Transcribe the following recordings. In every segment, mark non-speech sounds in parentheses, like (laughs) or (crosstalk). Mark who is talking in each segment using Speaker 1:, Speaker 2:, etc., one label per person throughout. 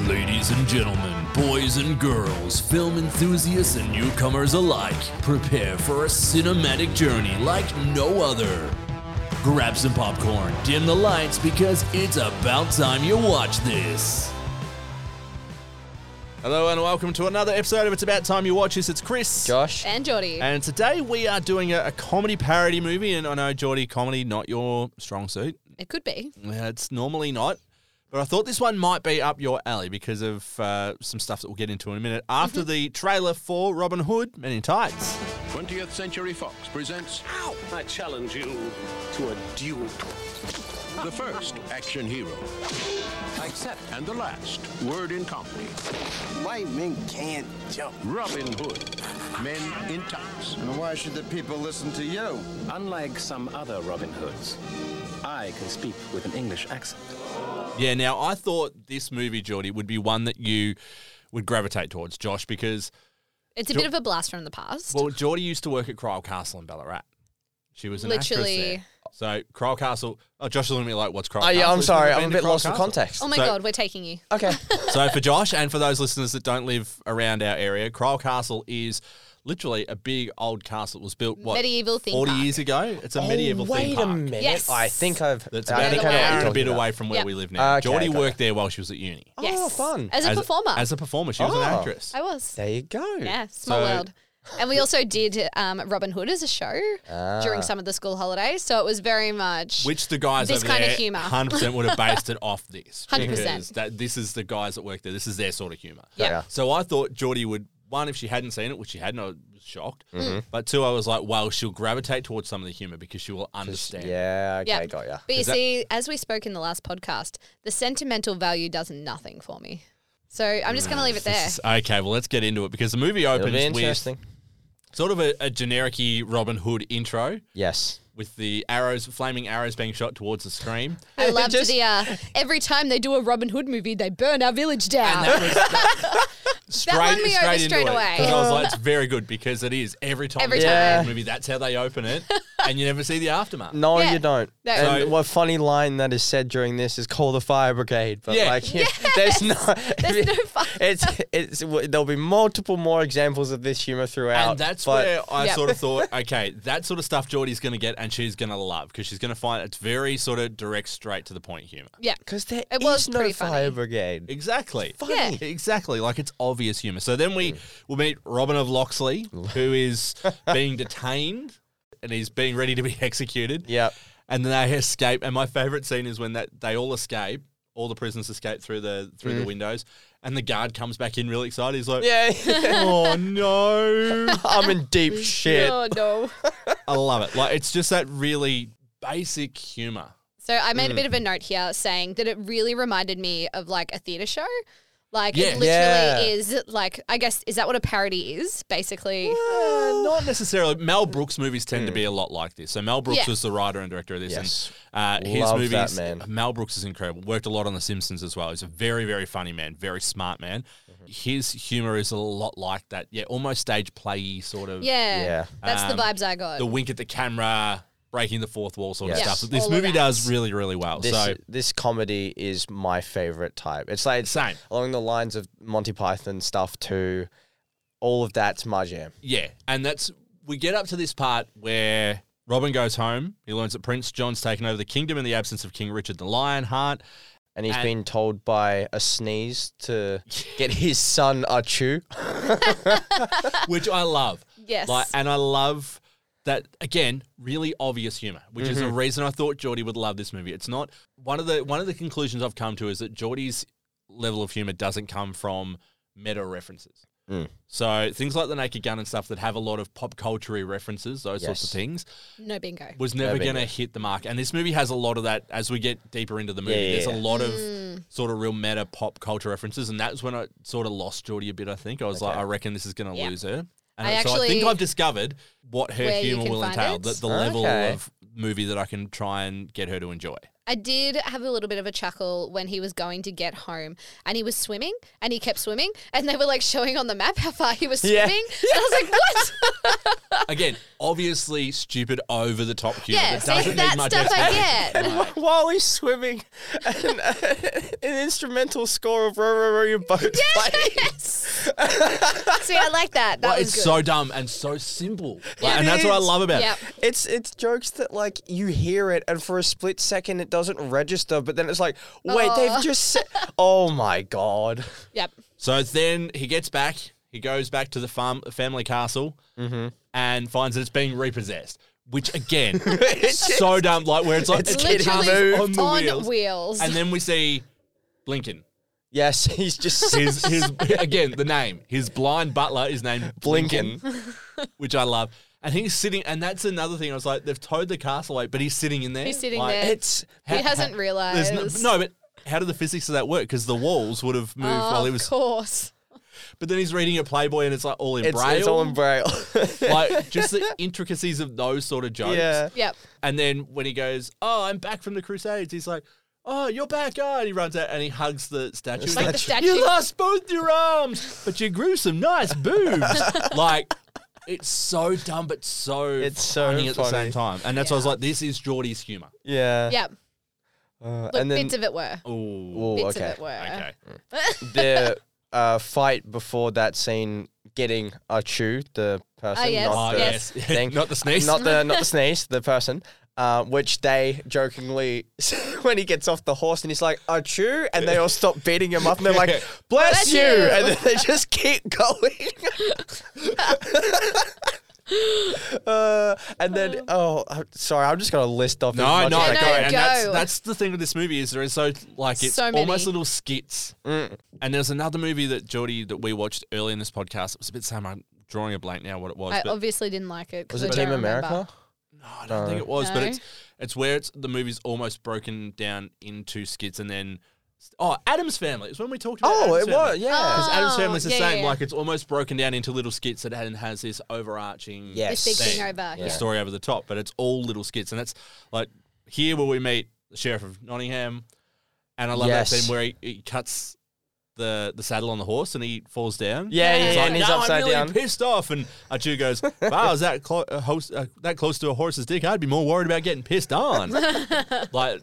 Speaker 1: Ladies and gentlemen, boys and girls, film enthusiasts and newcomers alike, prepare for a cinematic journey like no other. Grab some popcorn, dim the lights, because it's about time you watch this. Hello and welcome to another episode of It's About Time You Watch This. It's Chris.
Speaker 2: Josh.
Speaker 3: And Geordie.
Speaker 1: And today we are doing a, a comedy parody movie, and I know, Geordie, comedy, not your strong suit.
Speaker 3: it could be.
Speaker 1: Yeah, it's normally not. But I thought this one might be up your alley because of uh, some stuff that we'll get into in a minute. After the trailer for Robin Hood, Men in Tights.
Speaker 4: 20th Century Fox presents
Speaker 5: I challenge you to a duel.
Speaker 4: the first action hero
Speaker 5: I accept.
Speaker 4: and the last word in comedy
Speaker 6: White men can't jump.
Speaker 4: Robin Hood, Men in Tights.
Speaker 7: And why should the people listen to you?
Speaker 5: Unlike some other Robin Hoods, I can speak with an English accent.
Speaker 1: Yeah, now I thought this movie, Geordie, would be one that you would gravitate towards, Josh, because,
Speaker 3: It's a
Speaker 1: Jo-
Speaker 3: bit of a blast from the past.
Speaker 1: well, Geordie used to work at Cryle Castle in Ballarat. She was an
Speaker 3: Literally.
Speaker 1: actress there. So, Cryle Castle. Oh, Josh is looking at me like, what's Cryle
Speaker 2: Oh
Speaker 1: Castle?
Speaker 2: yeah, I'm
Speaker 1: He's
Speaker 2: sorry.
Speaker 1: never
Speaker 2: I'm
Speaker 1: been
Speaker 2: a
Speaker 1: to
Speaker 2: bit
Speaker 1: Cryle
Speaker 2: lost for
Speaker 1: Castle.
Speaker 2: context.
Speaker 3: oh my
Speaker 1: so-
Speaker 3: God, we're taking you.
Speaker 2: Okay.
Speaker 1: So for Josh and for those listeners that don't live around our area, Cryle Castle is literally a big old castle. It was built what
Speaker 3: Medieval theme
Speaker 1: forty
Speaker 3: park.
Speaker 1: years ago. It's a (laughs) medieval
Speaker 2: Oh, wait
Speaker 1: theme park.
Speaker 2: a minute.
Speaker 3: Yes.
Speaker 2: I think I've.
Speaker 1: That's
Speaker 2: I
Speaker 1: about
Speaker 3: an
Speaker 2: think I know what
Speaker 3: hour
Speaker 2: you're
Speaker 1: a
Speaker 3: and
Speaker 2: talking
Speaker 1: bit
Speaker 2: about.
Speaker 1: away from where
Speaker 3: Yep.
Speaker 1: we live now.
Speaker 2: Okay,
Speaker 1: Geordie
Speaker 2: got
Speaker 1: worked there while she was at uni.
Speaker 3: Yes.
Speaker 2: Oh, fun.
Speaker 3: As a performer.
Speaker 1: as a performer, she was
Speaker 2: Oh.
Speaker 1: an actress.
Speaker 3: I was.
Speaker 2: There you go.
Speaker 3: Yeah, small
Speaker 1: So-
Speaker 3: world. And we also did um, Robin Hood as a show during some of the school holidays. So it was very much.
Speaker 1: Which the guys
Speaker 3: This
Speaker 1: over
Speaker 3: kind of
Speaker 1: there,
Speaker 3: humour.
Speaker 1: hundred percent would have based it off this.
Speaker 3: 100%.
Speaker 1: because That this is the guys that work there. This is their sort of humor.
Speaker 3: Yeah.
Speaker 2: Yeah.
Speaker 1: So I thought Geordie would one if she hadn't seen it, which she hadn't, I was shocked.
Speaker 2: Mm-hmm.
Speaker 3: Mm-hmm.
Speaker 1: But two, I was like, well, she'll gravitate towards some of the humor because she will understand.
Speaker 2: Yeah. Okay.
Speaker 3: Yeah.
Speaker 2: Got ya.
Speaker 3: But you
Speaker 1: Is that-
Speaker 3: see, as we spoke in the last podcast, the sentimental value does nothing for me. So I'm just going to leave
Speaker 1: (laughs)
Speaker 3: it there.
Speaker 1: This is- okay, well, let's get into it because the movie
Speaker 2: It'll be
Speaker 1: opens with
Speaker 2: interesting.
Speaker 1: sort of a, a generic Robin Hood intro
Speaker 2: Yes.
Speaker 1: with the arrows, flaming arrows being shot towards the
Speaker 3: (laughs)
Speaker 1: screen.
Speaker 3: I loved
Speaker 2: Just-
Speaker 3: the uh, every time they do a Robin Hood movie, they burn our village down.
Speaker 1: Straight,
Speaker 3: won me over
Speaker 1: into
Speaker 3: straight
Speaker 1: it.
Speaker 3: away.
Speaker 1: 'Cause I was like,
Speaker 3: (laughs)
Speaker 1: it's very good because it is every time
Speaker 3: Every
Speaker 1: they do
Speaker 2: time.
Speaker 1: a movie, that's how they open
Speaker 3: (laughs)
Speaker 1: it, and you never see the aftermath.
Speaker 2: No,
Speaker 3: Yeah.
Speaker 2: you don't.
Speaker 3: No.
Speaker 2: And
Speaker 1: So-
Speaker 2: what funny line that is said during this is "Call the fire brigade," but
Speaker 1: Yeah.
Speaker 2: like, (laughs) there's no,
Speaker 3: There's no fun.
Speaker 2: (laughs) It's it's w- there'll be multiple more examples of this humor throughout.
Speaker 1: And that's
Speaker 2: but
Speaker 1: where I
Speaker 3: Yep.
Speaker 1: sort of thought, okay, that sort of stuff Geordie's going to get and she's going to love because she's going to find it's very sort of direct, straight to the point humor.
Speaker 3: yeah.
Speaker 2: because there
Speaker 3: It
Speaker 2: is
Speaker 3: was
Speaker 2: no
Speaker 3: pretty
Speaker 2: fire
Speaker 3: funny.
Speaker 2: brigade.
Speaker 1: Exactly.
Speaker 3: Yeah.
Speaker 1: Exactly. Like it's obvious humor. So then
Speaker 2: Mm.
Speaker 1: we will meet Robin of Locksley,
Speaker 2: (laughs)
Speaker 1: who is being detained and he's being ready to be (laughs) executed.
Speaker 2: Yep.
Speaker 1: And then they escape. And my favorite scene is when that they all escape, all the prisoners escape through the through the windows, and the guard comes back in really excited. He's like,
Speaker 2: Mm. Yeah.
Speaker 1: "Oh no!"
Speaker 2: (laughs) I'm in deep
Speaker 1: (laughs)
Speaker 2: shit.
Speaker 3: Oh, no.
Speaker 1: I love it. Like it's just that really basic humor.
Speaker 3: So I made a bit of
Speaker 1: Mm.
Speaker 3: a note here saying that it really reminded me of like a theater show. Like
Speaker 1: Yeah.
Speaker 3: it literally
Speaker 2: Yeah.
Speaker 3: is like I guess is that what a parody is basically?
Speaker 1: Uh, not necessarily. Mel Brooks movies tend to be a lot like this. So Mel Brooks
Speaker 3: Yeah.
Speaker 1: was the writer and director of this.
Speaker 2: Yes.
Speaker 1: And, uh, his
Speaker 2: Love
Speaker 1: movies,
Speaker 2: that man.
Speaker 1: Mel Brooks is incredible. Worked a lot on The Simpsons as well. He's a very, very funny man, very smart man. His humor is a lot like that. Yeah, almost stage play sort of.
Speaker 3: Yeah,
Speaker 2: Yeah.
Speaker 3: that's
Speaker 1: Um,
Speaker 3: the vibes I got.
Speaker 1: The wink at the camera, breaking the fourth wall sort
Speaker 2: Yes.
Speaker 1: of stuff.
Speaker 3: Yes,
Speaker 1: That this
Speaker 3: all of
Speaker 1: movie
Speaker 3: that.
Speaker 1: does really, really well.
Speaker 2: This
Speaker 1: so
Speaker 2: this comedy is my favorite type. It's like
Speaker 1: Same.
Speaker 2: along the lines of Monty Python stuff too. All of that's my jam.
Speaker 1: Yeah, and that's we get up to this part where Robin goes home. He learns that Prince John's taken over the kingdom in the absence of King Richard the Lionheart.
Speaker 2: And he's
Speaker 1: And-
Speaker 2: been told by a sneeze
Speaker 1: (laughs)
Speaker 2: to get his son a (laughs) chew.
Speaker 1: which I love.
Speaker 3: Yes.
Speaker 1: Like, and I love that again, really obvious humor, which is the reason I thought Geordie would love this movie. It's not one of the one of the conclusions I've come to is that Geordie's level of humor doesn't come from meta references. So things like the Naked Gun and stuff that have a lot of pop culture references, those sorts of
Speaker 2: Yes.
Speaker 1: things,
Speaker 3: no bingo.
Speaker 1: was never
Speaker 2: bingo.
Speaker 1: going to hit the mark. And this movie has a lot of that as we get deeper into the movie.
Speaker 2: Yeah, yeah,
Speaker 1: there's a
Speaker 2: yeah.
Speaker 1: lot
Speaker 3: Mm.
Speaker 1: of sort of real meta pop culture references. And that's when I sort of lost Geordie a bit, I think. I was like, I reckon this is going to
Speaker 3: Yeah.
Speaker 1: lose her. And
Speaker 3: I
Speaker 1: so I think
Speaker 3: actually-
Speaker 1: I've discovered what her
Speaker 3: Where you
Speaker 1: humor
Speaker 3: can
Speaker 1: will
Speaker 3: find
Speaker 1: entail,
Speaker 3: it?
Speaker 1: the, the level
Speaker 2: Okay.
Speaker 1: of movie that I can try and get her to enjoy.
Speaker 3: I did have a little bit of a chuckle when he was going to get home and he was swimming and he kept swimming and they were like showing on the map how
Speaker 1: (laughs)
Speaker 3: far he was swimming.
Speaker 2: Yeah.
Speaker 3: And I was like, what? (laughs)
Speaker 1: Again, obviously stupid over the top humor.
Speaker 3: yeah,
Speaker 1: that
Speaker 3: see,
Speaker 1: doesn't need
Speaker 3: that
Speaker 1: much
Speaker 3: stuff I
Speaker 1: explanation. (laughs)
Speaker 3: get.
Speaker 2: While he's swimming, an, (laughs) an instrumental score of Row Row Row Your Boat playing.
Speaker 3: Yes.
Speaker 1: (laughs)
Speaker 3: see, I like that. That
Speaker 1: But
Speaker 3: was
Speaker 1: it's
Speaker 3: good.
Speaker 1: so dumb and so simple. Like,
Speaker 2: It
Speaker 1: and that's what I
Speaker 2: is.
Speaker 1: love about
Speaker 3: Yep.
Speaker 1: it.
Speaker 2: It's it's jokes that like you hear it and for a split second it doesn't register, but then it's like, wait,
Speaker 3: Aw.
Speaker 2: they've just said, oh my god.
Speaker 3: Yep.
Speaker 1: So then he gets back, he goes back to the farm family castle
Speaker 3: Mm-hmm.
Speaker 1: and finds that it's being repossessed. Which
Speaker 3: (laughs)
Speaker 1: again, (laughs) so dumb, like where it's like
Speaker 2: It's
Speaker 1: it's
Speaker 3: Literally
Speaker 1: on the
Speaker 3: on
Speaker 1: wheels.
Speaker 3: wheels.
Speaker 1: And then we see Blinken.
Speaker 2: (laughs) Yes, he's just
Speaker 1: His his (laughs) again, the name. His blind butler is named
Speaker 2: Blinken.
Speaker 1: which I love. And he's sitting, and that's another thing. I was like, they've towed the castle away, but he's sitting in there.
Speaker 3: He's sitting
Speaker 1: Like,
Speaker 3: there.
Speaker 2: Uh, It's
Speaker 3: he hasn't
Speaker 1: there's
Speaker 3: realized.
Speaker 1: no, no, but how did the physics of that work? Because the walls would have moved while he
Speaker 3: of
Speaker 1: was.
Speaker 3: course.
Speaker 1: But then he's reading a Playboy, and it's like all in
Speaker 2: it's,
Speaker 1: braille.
Speaker 2: it's all in braille. (laughs)
Speaker 1: like just the intricacies of those sort of jokes.
Speaker 2: yeah. (laughs)
Speaker 3: Yep.
Speaker 1: And then when he goes, "Oh, I'm back from the Crusades," he's like, "Oh, you're back!" Oh, and he runs out and he hugs the statue. He's
Speaker 2: Like
Speaker 1: like,
Speaker 3: the statue.
Speaker 1: You lost both your arms, but you grew some nice
Speaker 2: (laughs)
Speaker 1: boobs. like. It's so dumb, but so
Speaker 2: It's so
Speaker 1: funny at the
Speaker 2: funny.
Speaker 1: same time, and that's why I was like, "This is Geordie's humor."
Speaker 2: Yeah.
Speaker 3: Yep.
Speaker 2: Uh,
Speaker 3: Look,
Speaker 2: and then
Speaker 3: bits of it were.
Speaker 1: Oh,
Speaker 2: Ooh,
Speaker 3: Bits
Speaker 2: okay.
Speaker 3: of it were.
Speaker 1: okay.
Speaker 2: the uh, fight before that scene getting a chew, the person,
Speaker 3: yes,
Speaker 2: not
Speaker 1: Oh,
Speaker 2: the
Speaker 1: yes,
Speaker 2: (laughs) thing,
Speaker 1: not the sneeze.
Speaker 2: not the not the sneeze, the person. Uh, which they jokingly, (laughs) when he gets off the horse and he's like, a chew, and they all stop beating him up and
Speaker 1: (laughs)
Speaker 2: they're like,
Speaker 3: Bless
Speaker 2: bless, you.
Speaker 3: you.
Speaker 2: And then they just keep going. (laughs) uh, and then, oh, I'm sorry, I'm just going to list off.
Speaker 1: No,
Speaker 2: as much
Speaker 1: no,
Speaker 2: as I
Speaker 3: no,
Speaker 2: can.
Speaker 3: go.
Speaker 1: And that's,
Speaker 3: Go.
Speaker 1: that's the thing with this movie is there is so like it's
Speaker 3: So many.
Speaker 1: almost little skits.
Speaker 2: Mm.
Speaker 1: And there's another movie that Geordie that we watched early in this podcast. It was a bit same. I'm drawing a blank now what it was.
Speaker 3: I
Speaker 1: but
Speaker 3: obviously didn't like it. 'cause
Speaker 2: Was it
Speaker 3: I don't
Speaker 2: Team
Speaker 3: remember.
Speaker 2: America?
Speaker 1: no, I don't think it was. But
Speaker 3: No.
Speaker 1: it's it's where it's the movie's almost broken down into skits and then oh Adam's Family is when we talked about.
Speaker 2: Oh,
Speaker 1: Adam's
Speaker 2: it was,
Speaker 1: Family.
Speaker 2: yeah.
Speaker 1: Because Adam's Family's the
Speaker 3: Oh, yeah, yeah,
Speaker 1: same.
Speaker 3: yeah.
Speaker 1: Like it's almost broken down into little skits that Adam has this overarching
Speaker 3: This
Speaker 2: Yes.
Speaker 3: big thing
Speaker 1: Same.
Speaker 3: over.
Speaker 1: the
Speaker 3: Yeah.
Speaker 1: story over the top, but it's all little skits. And that's like here where we meet the Sheriff of Nottingham. And I love
Speaker 2: Yes.
Speaker 1: that scene where he, he cuts the the saddle on the horse and he falls down.
Speaker 2: Yeah, yeah,
Speaker 1: He's
Speaker 2: yeah,
Speaker 1: like,
Speaker 2: and he's
Speaker 1: "No,
Speaker 2: upside
Speaker 1: I'm really
Speaker 2: down."
Speaker 1: pissed off. And Archie goes, wow, is that, clo- a horse, uh, that close to a horse's dick? I'd be more worried about getting pissed
Speaker 2: (laughs)
Speaker 1: on. like,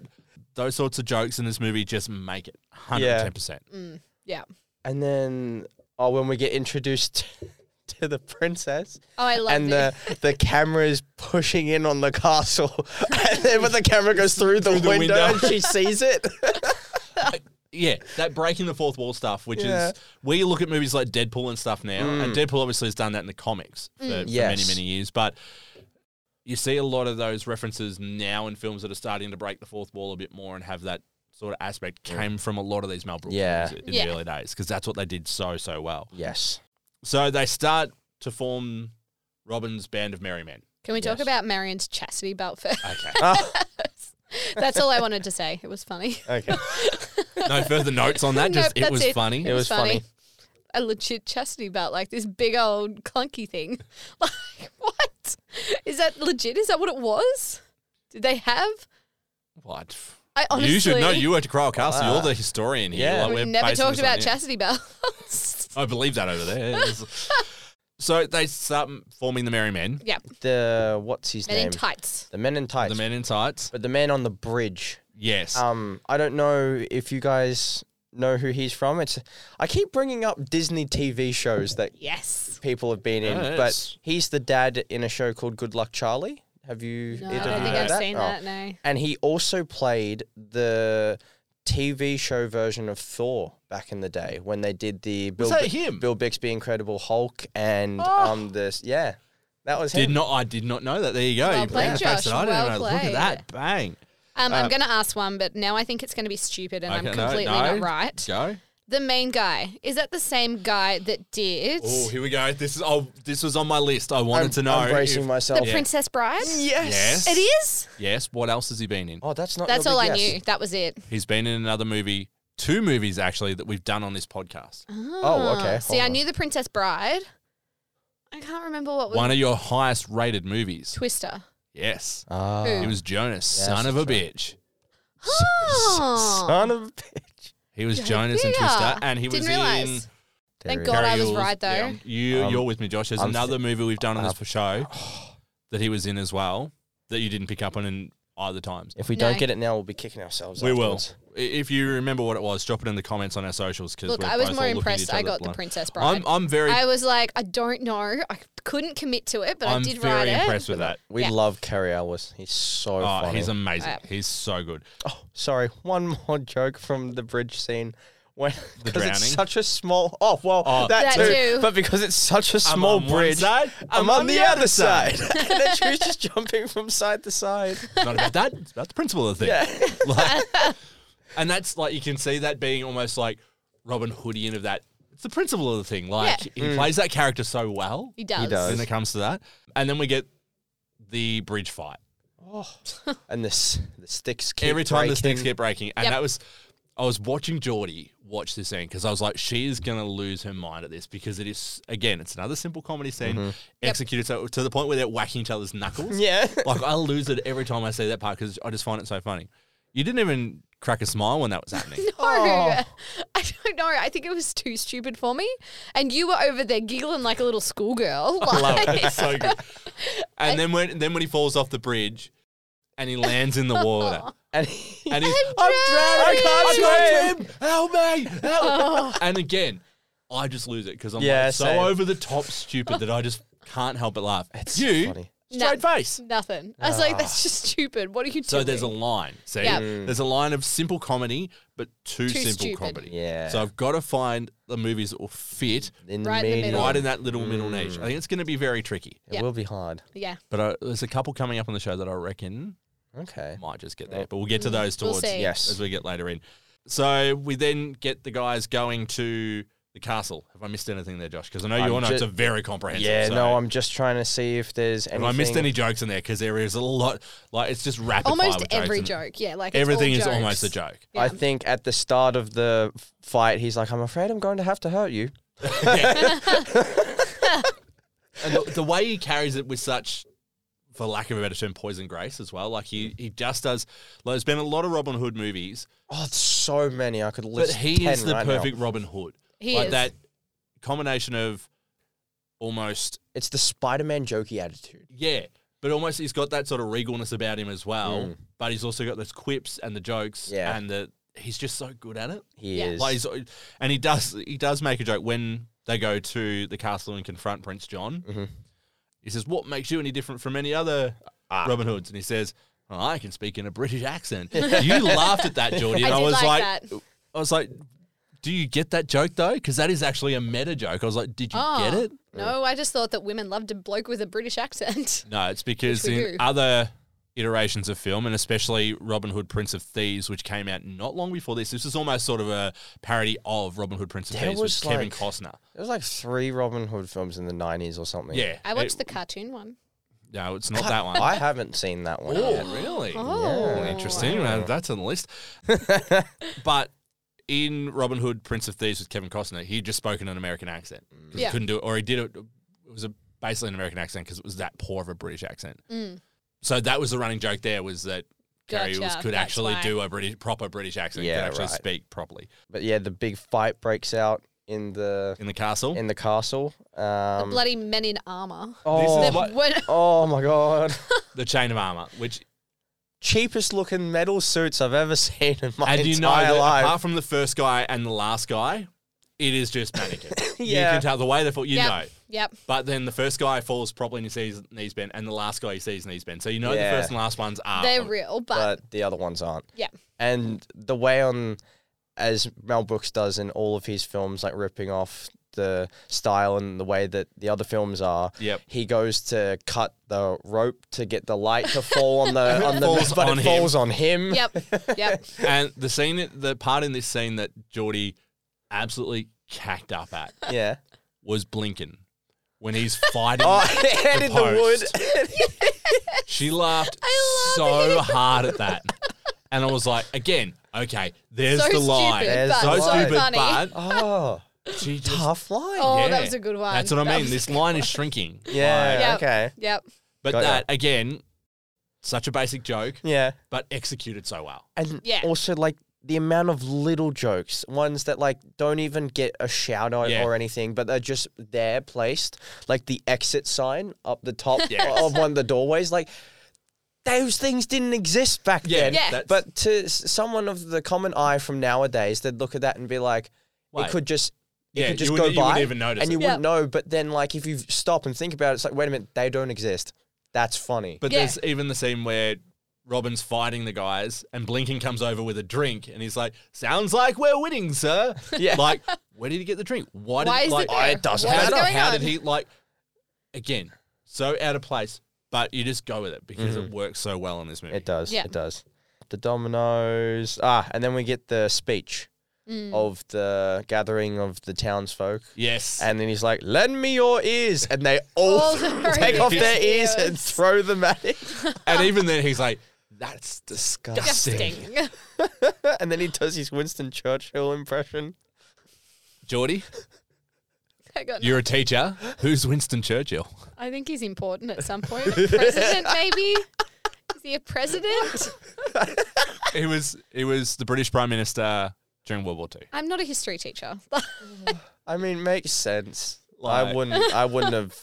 Speaker 1: those sorts of jokes in this movie just make it 110%.
Speaker 3: Yeah.
Speaker 2: And then, oh, when we get introduced (laughs) to the princess,
Speaker 3: Oh, I love
Speaker 2: and uh,
Speaker 3: it.
Speaker 2: the the camera is pushing in on the castle, (laughs) and then when the camera goes through the,
Speaker 1: Through the
Speaker 2: window,
Speaker 1: window.
Speaker 2: and
Speaker 3: (laughs)
Speaker 2: she sees it.
Speaker 1: yeah, that breaking the fourth wall stuff, which
Speaker 2: Yeah. Mm.
Speaker 1: is where you look at movies like Deadpool and stuff now, and Deadpool obviously has done that in the comics for, for many,
Speaker 2: Yes.
Speaker 1: many years, but you see a lot of those references now in films that are starting to break the fourth wall a bit more and have that sort of aspect came from a lot of these Mel Brooks
Speaker 2: Yeah.
Speaker 1: movies in
Speaker 3: Yeah.
Speaker 1: the early days because that's what they did so, so well.
Speaker 2: yes.
Speaker 1: So they start to form Robin's band of merry men.
Speaker 3: Can we talk
Speaker 2: Yes.
Speaker 3: about Marion's chastity belt
Speaker 1: (laughs)
Speaker 3: first?
Speaker 1: Okay.
Speaker 2: (laughs) Oh,
Speaker 3: That's all I wanted to say. It was
Speaker 2: (laughs)
Speaker 3: funny.
Speaker 2: okay.
Speaker 1: no further notes on that. Just
Speaker 3: Nope,
Speaker 1: it
Speaker 3: that's
Speaker 1: was funny.
Speaker 2: It was funny.
Speaker 3: A legit chastity belt, like this big old clunky thing. (laughs) Like, what? Is that legit? Is that what it was? Did they have?
Speaker 1: What?
Speaker 3: I honestly.
Speaker 1: you should know. You were to Crowell Castle. You're the historian here.
Speaker 2: Yeah.
Speaker 1: Like,
Speaker 3: We've
Speaker 1: we're
Speaker 3: never
Speaker 1: basing
Speaker 3: talked
Speaker 1: this on
Speaker 3: about
Speaker 1: you.
Speaker 3: chastity belts. (laughs)
Speaker 1: I believe that over there. (laughs) so they start forming the Merry Men,
Speaker 3: yeah.
Speaker 2: The what's his
Speaker 3: Men
Speaker 2: name?
Speaker 3: in tights.
Speaker 2: The men in tights.
Speaker 1: the Men in Tights.
Speaker 2: but the man on the bridge.
Speaker 1: Yes.
Speaker 2: Um, I don't know if you guys know who he's from. It's I keep bringing up Disney TV shows that
Speaker 3: Yes.
Speaker 2: people have been in,
Speaker 1: Yes.
Speaker 2: but he's the dad in a show called Good Luck Charlie. Have you?
Speaker 3: No, I
Speaker 2: either of
Speaker 3: don't
Speaker 2: you
Speaker 3: think
Speaker 2: heard
Speaker 3: I've
Speaker 2: that?
Speaker 3: seen
Speaker 2: Oh.
Speaker 3: that. No.
Speaker 2: And he also played the TV show version of Thor back in the day when they did the Bill,
Speaker 1: that him? Oh.
Speaker 2: Bill Bixby Incredible Hulk and um this yeah that was
Speaker 1: did
Speaker 2: him.
Speaker 1: not I did not know that. There you go.
Speaker 3: Well
Speaker 1: You bring
Speaker 3: played,
Speaker 1: the facts
Speaker 3: Josh.
Speaker 1: that I didn't
Speaker 3: Well
Speaker 1: know. Look at
Speaker 3: played.
Speaker 1: that. Bang.
Speaker 3: Um, I'm going to ask one, but now I think it's going to be stupid and I'm
Speaker 1: Uh, Okay, no,
Speaker 3: completely
Speaker 1: no.
Speaker 3: not right.
Speaker 1: Go.
Speaker 3: The main guy. Is that the same guy that did
Speaker 1: Oh, here we go. This is oh, this was on my list. I wanted
Speaker 2: I'm,
Speaker 1: to know.
Speaker 2: I'm bracing
Speaker 1: if-
Speaker 2: myself.
Speaker 3: The Princess Bride?
Speaker 1: Yes.
Speaker 3: It is?
Speaker 1: Yes. What else has he been in?
Speaker 2: Oh, that's not.
Speaker 3: That's
Speaker 2: your
Speaker 3: all I
Speaker 2: big
Speaker 3: knew.
Speaker 2: guess.
Speaker 3: That was it.
Speaker 1: He's been in another movie, two movies actually that we've done on this podcast.
Speaker 3: Uh-huh.
Speaker 2: Oh, okay.
Speaker 3: Hmm. See,
Speaker 2: hold
Speaker 3: I
Speaker 2: on.
Speaker 3: knew The Princess Bride. I can't remember what was
Speaker 1: One of your highest rated movies.
Speaker 3: Twister.
Speaker 1: Yes.
Speaker 2: Ah,
Speaker 3: Who?
Speaker 1: It was Jonas,
Speaker 2: Yes,
Speaker 1: son of a
Speaker 2: that's right.
Speaker 1: bitch.
Speaker 3: Oh,
Speaker 2: Son of a bitch.
Speaker 1: He was Jonas and
Speaker 3: yeah.
Speaker 1: Twister, and he
Speaker 3: Didn't
Speaker 1: was
Speaker 3: realise.
Speaker 1: in.
Speaker 3: thank
Speaker 2: Terry
Speaker 3: God I was
Speaker 1: Ariel's-
Speaker 3: right though.
Speaker 1: yeah. you
Speaker 2: Um,
Speaker 1: you're with me, Josh. There's
Speaker 2: I'm
Speaker 1: another movie we've done on this
Speaker 2: uh, (sighs)
Speaker 1: show that he was in as well that you didn't pick up on in either times.
Speaker 2: If we
Speaker 3: No.
Speaker 2: don't get it now, we'll be kicking ourselves.
Speaker 1: We will.
Speaker 2: afterwards.
Speaker 1: I- If you remember what it was, drop it in the comments on our socials. Because
Speaker 3: Look,
Speaker 1: we're
Speaker 3: I was
Speaker 1: both
Speaker 3: more
Speaker 1: all looking at
Speaker 3: impressed.
Speaker 1: each
Speaker 3: I
Speaker 1: other
Speaker 3: got the
Speaker 1: blind.
Speaker 3: Princess Bride.
Speaker 1: I'm I'm very
Speaker 3: I was like, I don't know. I couldn't commit to it, but i
Speaker 1: I'm
Speaker 3: did write
Speaker 1: very
Speaker 3: it.
Speaker 1: impressed with
Speaker 2: (laughs)
Speaker 1: that.
Speaker 2: We
Speaker 3: Yeah.
Speaker 2: love Kerry Ellis. He's so
Speaker 1: Oh,
Speaker 2: funny.
Speaker 1: he's amazing.
Speaker 3: Yep.
Speaker 1: He's so
Speaker 3: (laughs)
Speaker 1: good.
Speaker 2: Oh, sorry. (laughs) One more joke from the bridge scene. When,
Speaker 1: The
Speaker 2: (laughs) because it's
Speaker 1: drowning?
Speaker 2: such a small. Oh well,
Speaker 1: Oh.
Speaker 3: That
Speaker 2: that, too,
Speaker 3: too.
Speaker 2: But because it's such a
Speaker 1: I'm
Speaker 2: small
Speaker 1: on one
Speaker 2: bridge,
Speaker 1: side,
Speaker 2: I'm, on, the, other side. (laughs) and
Speaker 1: (laughs)
Speaker 2: then she was just jumping from side to side.
Speaker 1: Not about that. It's about the principle of the thing. (laughs)
Speaker 2: Yeah.
Speaker 3: (laughs)
Speaker 1: Like- and that's like you can see that being almost like Robin Hoodian of that. It's the principle of the thing. Like he
Speaker 2: Mm.
Speaker 1: plays that character so well
Speaker 3: He does.
Speaker 2: does.
Speaker 1: when it comes to that. And then we get the bridge fight.
Speaker 2: And this the sticks keep
Speaker 1: Every time the sticks
Speaker 3: (laughs)
Speaker 2: breaking.
Speaker 1: get breaking, and
Speaker 3: Yep.
Speaker 1: that was. I was watching Geordie watch this scene because I was like, she is going to lose her mind at this because it is, again, it's another simple comedy scene
Speaker 2: Mm-hmm.
Speaker 1: executed so, to the point where they're whacking each other's knuckles.
Speaker 2: (laughs) Yeah.
Speaker 1: like I lose it every time I see that part because I just find it so funny. You didn't even crack a smile when that was happening.
Speaker 3: (laughs) No,
Speaker 1: Oh,
Speaker 2: Oh,
Speaker 3: (laughs) I don't know. I think it was too stupid for me. And you were over there giggling like a little schoolgirl. (laughs)
Speaker 1: I love
Speaker 3: Like,
Speaker 1: it. It's so good. And then when then when he falls off the bridge and he lands in the water
Speaker 3: (laughs)
Speaker 2: And he-
Speaker 1: and he's
Speaker 2: I'm drowning. I can't swim.
Speaker 1: help me, help. And again, I just lose it because I'm
Speaker 2: Oh. Yeah,
Speaker 1: like so
Speaker 2: same.
Speaker 1: over the top stupid that I just can't help but laugh.
Speaker 2: It's
Speaker 1: you
Speaker 2: funny.
Speaker 1: straight
Speaker 3: No.
Speaker 1: face.
Speaker 3: nothing. I was like, that's just stupid. What are you doing?
Speaker 1: Ah. So there's a line. See,
Speaker 3: Yeah.
Speaker 2: Mm.
Speaker 1: there's a line of simple comedy, but too,
Speaker 3: Too
Speaker 1: simple
Speaker 3: stupid.
Speaker 1: comedy.
Speaker 2: Yeah.
Speaker 1: So I've got to find the movies that will fit
Speaker 2: In the
Speaker 3: Right in the
Speaker 2: medium.
Speaker 3: middle.
Speaker 1: right in that little middle niche. I think it's going to be very tricky.
Speaker 2: It will be hard.
Speaker 3: yeah.
Speaker 1: But uh, there's a couple coming up on the show that I reckon
Speaker 2: Okay.
Speaker 1: might just get there. But we'll get to those
Speaker 3: Mm, We'll
Speaker 1: towards
Speaker 3: see.
Speaker 2: Yes.
Speaker 1: as we get later in. So we then get the guys going to the castle. Have I missed anything there, Josh? Because I know you
Speaker 2: I'm
Speaker 1: all know
Speaker 2: ju-
Speaker 1: it's a very comprehensive.
Speaker 2: Yeah,
Speaker 1: so
Speaker 2: no, I'm just trying to see if there's
Speaker 1: Have
Speaker 2: anything.
Speaker 1: I missed any jokes in there? Because there is a lot. Like it's just rapid. fire
Speaker 3: Almost
Speaker 1: with jokes
Speaker 3: every
Speaker 1: and
Speaker 3: joke. Yeah. Like it's all
Speaker 1: Everything is
Speaker 3: jokes.
Speaker 1: almost a joke.
Speaker 2: I think at the start of the f- fight, he's like, "I'm afraid I'm going to have to hurt you."
Speaker 1: and the, the way he carries it with such, for lack of a better term, poison grace as well. Like
Speaker 2: Mm.
Speaker 1: he he just does. Like there's been a lot of Robin Hood movies,
Speaker 2: Oh, it's so many. I could
Speaker 1: but
Speaker 2: list.
Speaker 1: he
Speaker 2: 10
Speaker 1: is the
Speaker 2: right now.
Speaker 1: perfect Robin Hood.
Speaker 3: He
Speaker 1: like
Speaker 3: is.
Speaker 1: that combination of almost
Speaker 2: It's the Spider-Man jokey attitude.
Speaker 1: yeah, but almost he's got that sort of regalness about him as well. But he's also got those quips and the jokes
Speaker 2: Yeah.
Speaker 1: and the he's just so good at it.
Speaker 2: He
Speaker 3: Yeah.
Speaker 2: is.
Speaker 1: Like he's, and he does he does make a joke when they go to the castle and confront Prince John. He says, "What makes you any different from any other Robin Hoods?" And he says, "Well, "I can speak in a British accent." you laughed at that, Geordie,
Speaker 3: I
Speaker 1: and I,
Speaker 3: did
Speaker 1: was
Speaker 3: like
Speaker 1: like,
Speaker 3: that.
Speaker 1: I was like, "Do you get that joke though? Because that is actually a meta joke." I was like, "Did you
Speaker 3: Oh,
Speaker 1: get it?"
Speaker 3: No, I just thought that women loved a bloke with a British accent. (laughs)
Speaker 1: No, it's because
Speaker 3: Which we
Speaker 1: in
Speaker 3: do.
Speaker 1: other iterations of film, and especially Robin Hood Prince of Thieves, which came out not long before this, this is almost sort of a parody of Robin Hood Prince of
Speaker 2: There
Speaker 1: Thieves with
Speaker 2: was,
Speaker 1: Kevin
Speaker 2: like-
Speaker 1: Costner.
Speaker 2: There was like three Robin Hood films in the '90s or something.
Speaker 1: Yeah.
Speaker 3: I watched
Speaker 1: It-
Speaker 3: the cartoon one.
Speaker 1: No, it's not that one.
Speaker 2: I haven't seen that one. yet.
Speaker 1: oh, really?
Speaker 3: Oh.
Speaker 1: Interesting. Uh, that's on the
Speaker 2: (laughs)
Speaker 1: list. but in Robin Hood Prince of Thieves with Kevin Costner, he just spoke in an American accent.
Speaker 2: Mm.
Speaker 1: 'cause
Speaker 3: Yeah.
Speaker 1: He couldn't do it, or he did it. It was a, basically an American accent because it was that poor of a British accent. So that was the running joke. There was that Gary
Speaker 3: Mm. Gotcha,
Speaker 1: Eels could
Speaker 3: that's
Speaker 1: actually
Speaker 3: why.
Speaker 1: do a British proper British accent.
Speaker 2: Yeah,
Speaker 1: could actually
Speaker 2: right.
Speaker 1: speak properly
Speaker 2: But yeah, the big fight breaks out in the
Speaker 1: in the castle.
Speaker 2: in the castle. Um,
Speaker 3: Bloody men in armor.
Speaker 1: this
Speaker 2: oh,
Speaker 1: is what
Speaker 3: (laughs) When,
Speaker 2: oh my god! (laughs)
Speaker 1: the chain of armor, which
Speaker 2: Cheapest looking metal suits I've ever seen in my
Speaker 1: and
Speaker 2: entire
Speaker 1: you know that
Speaker 2: life.
Speaker 1: apart from the first guy and the last guy, it is
Speaker 2: (laughs)
Speaker 1: just mannequin. You
Speaker 2: Yeah.
Speaker 1: can tell the way they fall. You
Speaker 3: yep.
Speaker 1: know.
Speaker 3: Yep.
Speaker 1: But then the first guy falls properly and he sees knees bent, and the last guy he sees knees bent. So you know
Speaker 2: Yeah.
Speaker 1: the first and last ones are.
Speaker 3: They're real, but,
Speaker 2: but the other ones aren't.
Speaker 3: yeah.
Speaker 2: and the way on as Mel Brooks does in all of his films, like ripping off the style and the way that the other films are.
Speaker 1: Yep.
Speaker 2: He goes to cut the rope to get the light to fall on the on the
Speaker 1: Falls
Speaker 2: but
Speaker 1: on
Speaker 2: it
Speaker 1: him.
Speaker 2: falls on him.
Speaker 3: Yep. Yep.
Speaker 1: And the scene, the part in this scene that Geordie absolutely cacked up at
Speaker 2: Yeah.
Speaker 1: was blinking when
Speaker 3: (laughs)
Speaker 1: he's fighting.
Speaker 2: (laughs) Oh, and in the wood.
Speaker 1: post. She laughed
Speaker 3: I love
Speaker 1: so hard at that. And I was like, again, okay, there's
Speaker 3: so
Speaker 1: the
Speaker 3: stupid,
Speaker 1: line.
Speaker 2: There's
Speaker 3: but
Speaker 2: the
Speaker 1: so
Speaker 2: so
Speaker 1: stupid,
Speaker 3: funny.
Speaker 1: but
Speaker 2: Oh,
Speaker 1: she just-
Speaker 2: tough line.
Speaker 3: Oh,
Speaker 1: yeah.
Speaker 3: that was a good one.
Speaker 1: That's what I
Speaker 3: That
Speaker 1: mean.
Speaker 3: was a
Speaker 1: This line is shrinking. (laughs)
Speaker 2: yeah.
Speaker 3: Yep.
Speaker 2: Okay.
Speaker 3: Yep.
Speaker 1: But
Speaker 2: Got ya.
Speaker 1: that again, Such a basic joke,
Speaker 2: Yeah.
Speaker 1: but executed so well.
Speaker 2: And
Speaker 3: Yeah.
Speaker 2: also like the amount of little jokes, ones that like don't even get a shout out
Speaker 1: Yeah.
Speaker 2: or anything, but they're just there placed, like the exit sign up the top
Speaker 1: (laughs) Yes.
Speaker 2: of one of the doorways, like. Those things didn't exist back
Speaker 1: Yeah,
Speaker 2: then.
Speaker 3: Yeah.
Speaker 1: that's-
Speaker 2: But to s- someone of the common eye from nowadays, they'd look at that and be like,
Speaker 1: Wait.
Speaker 2: "It could just, it
Speaker 1: Yeah,
Speaker 2: could just
Speaker 1: you
Speaker 2: go
Speaker 1: wouldn't- you
Speaker 2: by,
Speaker 1: wouldn't even notice
Speaker 2: and you
Speaker 3: it.
Speaker 2: wouldn't know." But then, like, if you stop and think about it, it's like, "Wait a minute, they don't exist." That's funny.
Speaker 1: But
Speaker 3: Yeah.
Speaker 1: there's even the scene where Robin's fighting the guys and Blinken comes over with a drink and he's like, Sounds like we're winning,
Speaker 3: (laughs)
Speaker 1: sir.
Speaker 2: Yeah.
Speaker 1: Like, where did he get the drink? Why did
Speaker 3: Why is it
Speaker 1: like,
Speaker 3: there? Oh, it doesn't What
Speaker 1: how,
Speaker 3: is
Speaker 1: did-
Speaker 3: going
Speaker 1: how did
Speaker 3: on?
Speaker 1: he like again, so out of place, but you just go with it because it works so well in this movie.
Speaker 2: Mm-hmm. It does.
Speaker 3: Yeah.
Speaker 2: It does. The dominoes. Ah, and then we get the speech of the gathering of the townsfolk.
Speaker 1: Yes.
Speaker 2: And then he's like, lend me your ears. And they all,
Speaker 3: All their
Speaker 2: (laughs) take off their ears
Speaker 3: ears.
Speaker 2: and throw them at him. (laughs)
Speaker 1: and
Speaker 2: um,
Speaker 1: even then he's like, That's (laughs) disgusting.
Speaker 3: Disgusting.
Speaker 2: (laughs) and then he does his Winston Churchill impression.
Speaker 1: Geordie,
Speaker 3: (laughs) I, got
Speaker 1: you're a teacher. Who's Winston Churchill?
Speaker 3: (laughs) I think he's important at some point. president, maybe? Is he a president?
Speaker 1: He was he was the British Prime Minister during World War Two.
Speaker 3: I'm not a history teacher. (laughs)
Speaker 2: I mean, makes sense. I
Speaker 1: Like-
Speaker 2: wouldn't, I wouldn't have,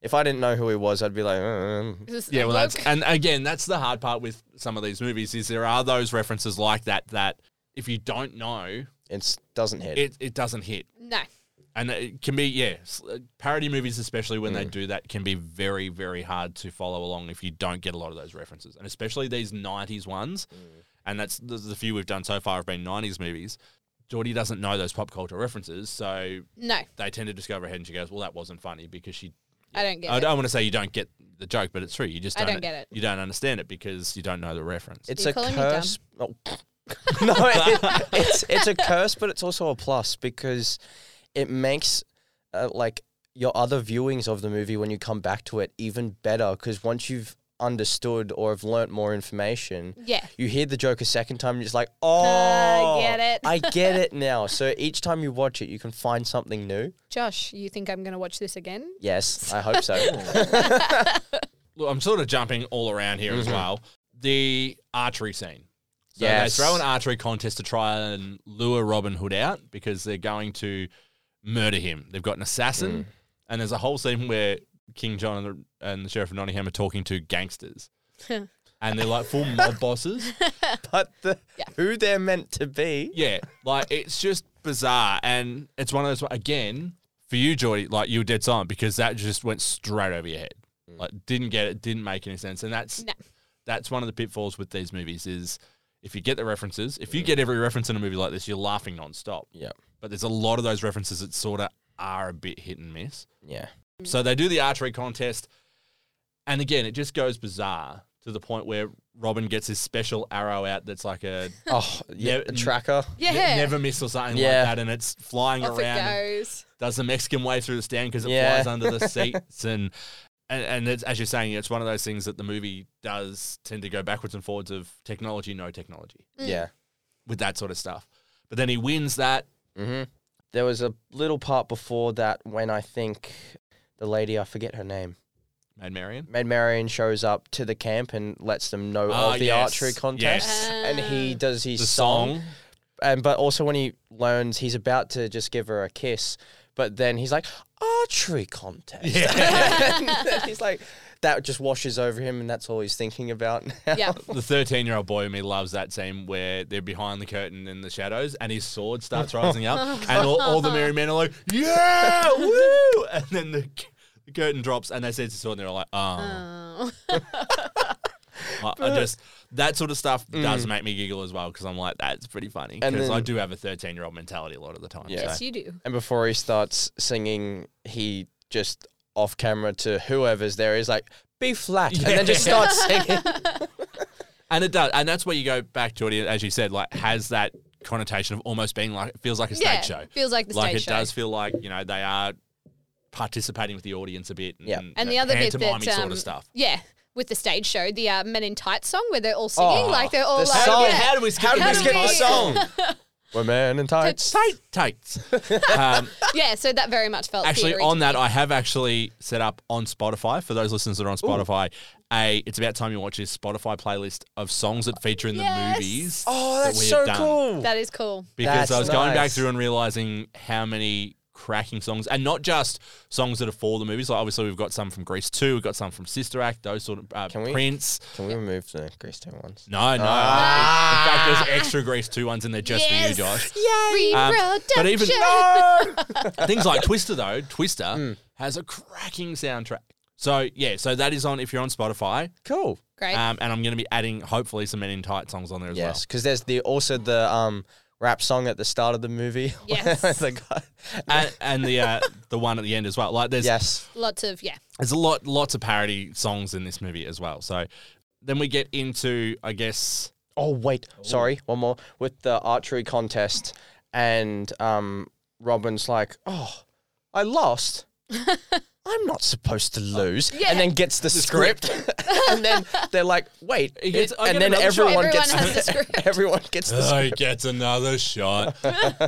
Speaker 2: if I didn't know who he was, I'd be like, "Um,
Speaker 1: Yeah, well, that's and again, that's the hard part with some of these movies is there are those references like that that if you don't know,
Speaker 2: it doesn't hit.
Speaker 1: it, it doesn't hit,
Speaker 3: no.
Speaker 1: and it can be yeah, s- uh, parody movies especially when they do that can be very very hard to follow along if you don't get a lot of those references, and especially these '90s ones, and that's the, the few we've done so far have been '90s movies. Geordie doesn't know those pop culture references, so
Speaker 3: No.
Speaker 1: they tend to just go over her head and she goes, "Well, that wasn't funny," because she
Speaker 3: I don't get
Speaker 1: I
Speaker 3: it.
Speaker 1: don't want to say you don't get the joke, but it's true. You just
Speaker 3: I
Speaker 1: don't,
Speaker 3: don't get it.
Speaker 1: You don't understand it because you don't know the reference.
Speaker 2: It's
Speaker 3: You're
Speaker 2: a
Speaker 3: calling me
Speaker 2: curse. Oh. (laughs) no, it, it's it's a curse, but it's also a plus because it makes uh, like your other viewings of the movie when you come back to it even better because once you've understood or have learnt more information,
Speaker 3: Yeah. Uh,
Speaker 2: you hear the joke a second time and you're just like, oh,
Speaker 3: get it."
Speaker 2: I
Speaker 3: (laughs)
Speaker 2: get it now. So each time you watch it, you can find something new.
Speaker 3: Josh, you think I'm going to watch this again?
Speaker 2: Yes, I (laughs) hope so.
Speaker 1: Look, I'm sort of jumping all around here as well. The archery scene. So
Speaker 2: Yes.
Speaker 1: they throw an archery contest to try and lure Robin Hood out because they're going to murder him. They've got an assassin, and there's a whole scene where King John and the, and the Sheriff of Nottingham are talking to
Speaker 3: (laughs)
Speaker 1: gangsters. And they're like full mob bosses.
Speaker 2: but the, who they're meant to be.
Speaker 1: Yeah, like it's just bizarre, and it's one of those again for you, Jordy. Like you were dead silent because that just went straight over your head. Like didn't get it, didn't make any sense, and that's
Speaker 3: No.
Speaker 1: that's one of the pitfalls with these movies is if you get the references, if you get every reference in a movie like this, you're laughing nonstop.
Speaker 2: Yeah.
Speaker 1: But there's a lot of those references that sort of are a bit hit and miss.
Speaker 2: Yeah.
Speaker 1: So they do the archery contest, and again, it just goes bizarre to the point where Robin gets his special arrow out that's like a
Speaker 2: Oh, yeah.
Speaker 1: Yeah,
Speaker 2: a tracker.
Speaker 3: Yeah.
Speaker 1: ne- never miss or something
Speaker 2: Yeah.
Speaker 1: like that, and it's flying
Speaker 3: Off
Speaker 1: around. and
Speaker 3: it goes.
Speaker 1: Does the Mexican wave through the stand because it
Speaker 2: Yeah.
Speaker 1: flies under
Speaker 3: (laughs)
Speaker 1: the seats and. And, and it's, as you're saying, it's one of those things that the movie does tend to go backwards and forwards of technology, no technology
Speaker 3: Mm.
Speaker 2: Yeah.
Speaker 1: with that sort of stuff. But then he wins that.
Speaker 2: There was a little part before that when I think the lady, I forget her name,
Speaker 1: Mad Marion.
Speaker 2: Mad Marion shows up to the camp and lets them know
Speaker 1: Ah,
Speaker 2: of the
Speaker 1: yes,
Speaker 2: archery contest.
Speaker 1: yes.
Speaker 2: And he does his
Speaker 1: The
Speaker 2: song.
Speaker 1: song.
Speaker 2: And but also when he learns he's about to just give her a kiss, but then he's like, archery contest. (laughs) and then he's like that just washes over him and that's all he's thinking about (laughs) now.
Speaker 1: (laughs)
Speaker 3: Yeah.
Speaker 1: The 13 year old boy in me loves that scene where they're behind the curtain in the shadows and his sword starts rising up and all, all the merry men are like, yeah, woo! And then the, c- the curtain drops and they see the sword and they're all like, oh. I, I just, that sort of stuff does make me giggle as well because I'm like, that's pretty funny.
Speaker 2: Mm. And
Speaker 1: Because I
Speaker 2: then-
Speaker 1: do have a 13 year old mentality a lot of the time.
Speaker 2: Yeah.
Speaker 1: so-
Speaker 3: Yes, you do.
Speaker 2: And before he starts singing, he just off camera to whoever's there is like, B flat. And then just starts singing.
Speaker 1: And it does, and that's where you go back to it, as you said, like has that connotation of almost being like it feels like a stage
Speaker 3: Yeah,
Speaker 1: show.
Speaker 3: feels like the
Speaker 1: like
Speaker 3: stage
Speaker 1: it
Speaker 3: show.
Speaker 1: does feel like you know they are participating with the audience a bit. And,
Speaker 2: Yeah.
Speaker 3: And the other bit
Speaker 1: pantomiming
Speaker 3: that um,
Speaker 1: sort of stuff.
Speaker 3: Yeah, with the stage show, the uh, Men in Tights song where they're all singing,
Speaker 2: Oh,
Speaker 3: like they're all
Speaker 2: the
Speaker 3: like,
Speaker 2: song.
Speaker 3: yeah.
Speaker 1: How do we skip
Speaker 2: How did
Speaker 3: How
Speaker 2: we
Speaker 3: did
Speaker 2: skip
Speaker 3: we-
Speaker 2: the song? We're man in tights.
Speaker 1: Tight, tights. um,
Speaker 3: (laughs) yeah, so that very much felt
Speaker 1: actually,
Speaker 3: theory
Speaker 1: on
Speaker 3: to
Speaker 1: that,
Speaker 3: me.
Speaker 1: I have actually set up on Spotify for those listeners that are on Spotify. A, it's about time you watch this Spotify playlist of songs that feature in
Speaker 3: Yes.
Speaker 1: the movies.
Speaker 2: Oh,
Speaker 1: that
Speaker 2: that's
Speaker 1: we have
Speaker 2: so
Speaker 1: done.
Speaker 2: cool.
Speaker 3: that is cool.
Speaker 1: because
Speaker 2: That's
Speaker 1: I was going back
Speaker 2: nice.
Speaker 1: through and realizing how many cracking songs, and not just songs that are for the movies. Like obviously, we've got some from Grease Two, we've got some from Sister Act, those sort of uh,
Speaker 2: Can we-
Speaker 1: Prince.
Speaker 2: Can we remove the Grease Town ones?
Speaker 1: No, no.
Speaker 2: Ah.
Speaker 1: In fact, there's extra Grease Two ones in there just
Speaker 3: Yes.
Speaker 1: for you, Josh.
Speaker 3: Yay!
Speaker 1: Um,
Speaker 3: Reproduction.
Speaker 1: but even- (laughs) Things like Twister, though, Twister
Speaker 2: Hmm.
Speaker 1: has a cracking soundtrack. So yeah, so that is on if you're on Spotify,
Speaker 2: Cool.
Speaker 3: Great.
Speaker 1: um, and I'm going to be adding hopefully some Men in Tight songs on there as
Speaker 2: Yes, because there's the also the um rap song at the start of the movie. (laughs)
Speaker 3: Yes.
Speaker 2: The guy-
Speaker 1: well, and, and the uh, the one at the end as well. Like there's
Speaker 2: yes.
Speaker 3: Lots of yeah.
Speaker 1: there's a lot lots of parody songs in this movie as well. So then we get into I guess
Speaker 2: Oh wait, sorry, one more with the archery contest, and um, Robin's like, "Oh, I lost. I'm not supposed to lose."
Speaker 3: Yeah.
Speaker 2: And then gets Uh, the, script, (laughs) and then they're like, "Wait,"
Speaker 1: He gets-
Speaker 2: it-
Speaker 1: I
Speaker 2: and
Speaker 1: get
Speaker 2: then
Speaker 1: another shot.
Speaker 2: everyone,
Speaker 3: Everyone
Speaker 2: gets
Speaker 3: has
Speaker 2: (laughs)
Speaker 3: the script.
Speaker 2: everyone gets (laughs) the script.
Speaker 1: he gets another shot. (laughs)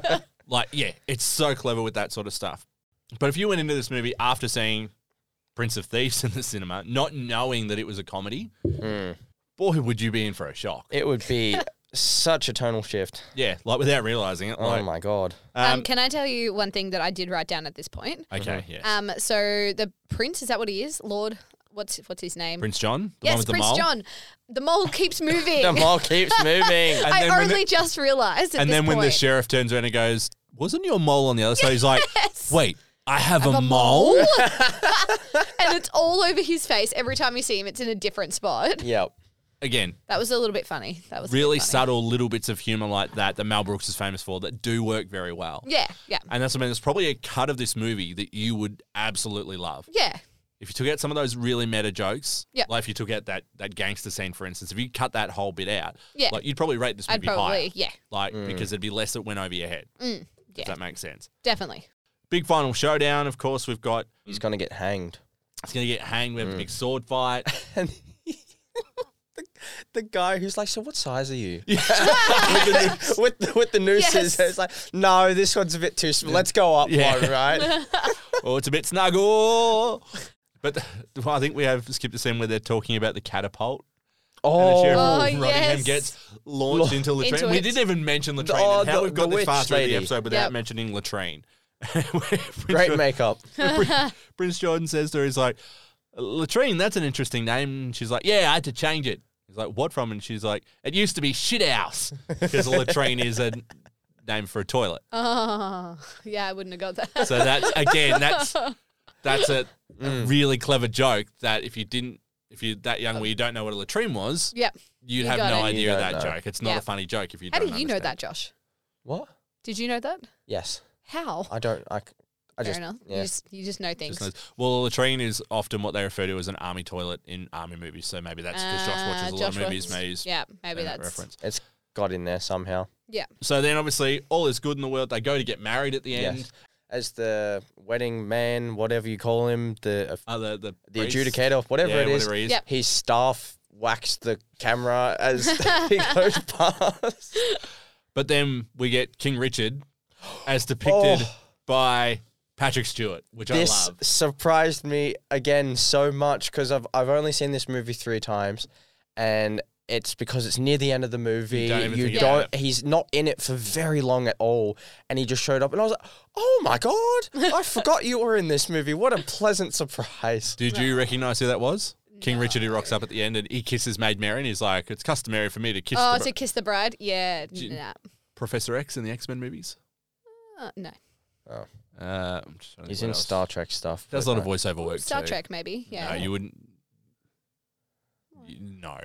Speaker 1: like yeah, it's so clever with that sort of stuff. But if you went into this movie after seeing Prince of Thieves (laughs) in the cinema, not knowing that it was a comedy,
Speaker 2: Mm.
Speaker 1: boy, would you be in for a shock.
Speaker 2: It would be such a tonal shift.
Speaker 1: yeah, like without realizing it.
Speaker 2: Oh
Speaker 1: Like,
Speaker 2: my god.
Speaker 3: Um,
Speaker 1: Um,
Speaker 3: can I tell you one thing that I did write down at this point?
Speaker 1: okay, yeah.
Speaker 3: Um, so the prince is that what he is? Lord, what's what's his name?
Speaker 1: Prince John, the one
Speaker 3: yes,
Speaker 1: with the
Speaker 3: Prince
Speaker 1: mole.
Speaker 3: John. The mole
Speaker 1: (laughs)
Speaker 3: keeps moving.
Speaker 2: The
Speaker 3: (laughs)
Speaker 2: mall keeps moving.
Speaker 1: And
Speaker 3: I
Speaker 1: then when
Speaker 3: only
Speaker 1: the-
Speaker 3: just realized. At
Speaker 1: and
Speaker 3: this
Speaker 1: then when the
Speaker 3: point.
Speaker 1: sheriff turns around and goes, "Wasn't your mole on the other side?" He's like, "Wait, I have, a,
Speaker 3: a
Speaker 1: mole."
Speaker 3: and it's all over his face every time you see him. It's in a different spot.
Speaker 2: yep.
Speaker 1: Again,
Speaker 3: That was a little bit funny. That was a bit
Speaker 1: really
Speaker 3: funny.
Speaker 1: subtle little bits of humor like that that Mel Brooks is famous for that do work very well.
Speaker 3: Yeah, yeah,
Speaker 1: And that's what I mean. There's probably a cut of this movie that you would absolutely love.
Speaker 3: yeah,
Speaker 1: If you took out some of those really meta jokes,
Speaker 3: Yeah.
Speaker 1: like if you took out that that gangster scene, for instance, if you cut that whole bit out,
Speaker 3: Yeah.
Speaker 1: like you'd probably rate this
Speaker 3: I'd
Speaker 1: movie
Speaker 3: probably-
Speaker 1: higher.
Speaker 3: yeah. Mm,
Speaker 1: Like because there'd be less that went over your head.
Speaker 3: yeah.
Speaker 1: If that makes sense.
Speaker 3: definitely. (laughs)
Speaker 1: Big final showdown, of course, we've got
Speaker 2: He's gonna get hanged.
Speaker 1: it's gonna get hanged, we have a
Speaker 3: Mm.
Speaker 1: big sword fight.
Speaker 2: And the, the guy who's like, "So what size
Speaker 1: (laughs)
Speaker 2: are you?" (laughs) with the, with the nooses,
Speaker 3: Yes.
Speaker 2: it's like, "No, this one's a bit too small. Let's go up
Speaker 1: Yeah. (laughs)
Speaker 3: (laughs)
Speaker 2: one, right?"
Speaker 1: oh, it's a bit snuggle. But the- I think we have skipped the scene where they're talking about the catapult. And the sheriff (laughs)
Speaker 2: oh,
Speaker 3: Oh,
Speaker 1: Rottingham
Speaker 3: yes.
Speaker 1: gets launched into latrine.
Speaker 3: Into
Speaker 1: we
Speaker 3: it.
Speaker 1: didn't even mention latrine.
Speaker 2: Oh,
Speaker 1: and how
Speaker 2: the-
Speaker 1: we've got this
Speaker 2: the witch
Speaker 1: far through
Speaker 2: lady.
Speaker 1: the episode without
Speaker 3: Yep.
Speaker 1: mentioning latrine. (laughs)
Speaker 2: great
Speaker 1: Prince,
Speaker 2: makeup.
Speaker 3: (laughs)
Speaker 1: Prince, Prince Jordan says to her, he's like, latrine, that's an interesting name. And she's like, yeah, I had to change it. He's like, what from? And she's like, it used to be shit house
Speaker 3: (laughs)
Speaker 1: because latrine is a name for a toilet.
Speaker 3: Oh, yeah, I wouldn't have got (laughs) that.
Speaker 1: So that's again,
Speaker 3: (laughs)
Speaker 1: that's that's a, a
Speaker 2: Mm.
Speaker 1: really clever joke that if you didn't, if you that young where you don't know what a latrine was,
Speaker 3: yep.
Speaker 1: you'd
Speaker 3: You
Speaker 1: have
Speaker 3: got
Speaker 1: no
Speaker 3: it.
Speaker 1: idea
Speaker 2: You
Speaker 1: of that
Speaker 2: don't know.
Speaker 1: joke. It's not
Speaker 3: Yeah.
Speaker 1: a funny joke if you.
Speaker 3: How do
Speaker 1: don't
Speaker 3: you know
Speaker 1: understand.
Speaker 3: that, Josh?
Speaker 2: What?
Speaker 3: Did you know that?
Speaker 2: Yes,
Speaker 3: How?
Speaker 2: I don't. I, c- I
Speaker 3: Fair
Speaker 2: just.
Speaker 3: enough.
Speaker 2: Yeah.
Speaker 3: You just you just know things.
Speaker 1: Just knows- Well, a latrine is often what they refer to as an army toilet in army movies. So maybe that's because Josh
Speaker 3: Uh,
Speaker 1: watches a lot
Speaker 3: Josh
Speaker 1: of movies.
Speaker 3: watches-
Speaker 1: Maybe he's
Speaker 3: yeah, maybe
Speaker 1: made that
Speaker 3: that's
Speaker 1: reference.
Speaker 2: it's got in there somehow.
Speaker 3: yeah.
Speaker 1: So then, obviously, all is good in the world. They go to get married at the end.
Speaker 2: Yes. As the wedding man, whatever you call him, the
Speaker 1: Uh, the the,
Speaker 2: the
Speaker 1: priest-
Speaker 2: adjudicator, whatever
Speaker 1: yeah,
Speaker 2: it is,
Speaker 1: whatever he is.
Speaker 3: Yep.
Speaker 2: his staff whacks the camera
Speaker 3: (laughs)
Speaker 2: as he goes past.
Speaker 1: But then we get King Richard, as depicted
Speaker 2: (gasps) Oh.
Speaker 1: by Patrick Stewart, which I
Speaker 2: this
Speaker 1: love.
Speaker 2: surprised me again so much because I've I've only seen this movie three times, and it's because it's near the end of the movie.
Speaker 1: don't even think about
Speaker 2: don't- he's not in it for very long at all, and he just showed up, and I was like, "Oh
Speaker 3: (laughs)
Speaker 2: my god, I forgot you were in this movie. What a
Speaker 1: (laughs)
Speaker 2: pleasant surprise!"
Speaker 1: Did you recognize who that was? King Richard, who rocks up at the end and he kisses Maid Mary, and he's like, "It's customary for me to kiss
Speaker 3: Oh,
Speaker 1: the
Speaker 3: to kiss the bride? Yeah.
Speaker 1: you-
Speaker 3: Nah.
Speaker 1: Professor X in the X Men movies."
Speaker 3: Uh, no.
Speaker 1: Uh, I'm just trying to think
Speaker 2: Oh, He's
Speaker 1: what
Speaker 2: in
Speaker 1: else.
Speaker 2: Star Trek stuff. uh,
Speaker 1: Does a lot
Speaker 2: but
Speaker 1: of
Speaker 2: no.
Speaker 1: voiceover work.
Speaker 3: Star
Speaker 1: too.
Speaker 3: Trek, maybe. Yeah.
Speaker 1: No, you wouldn't. you- no.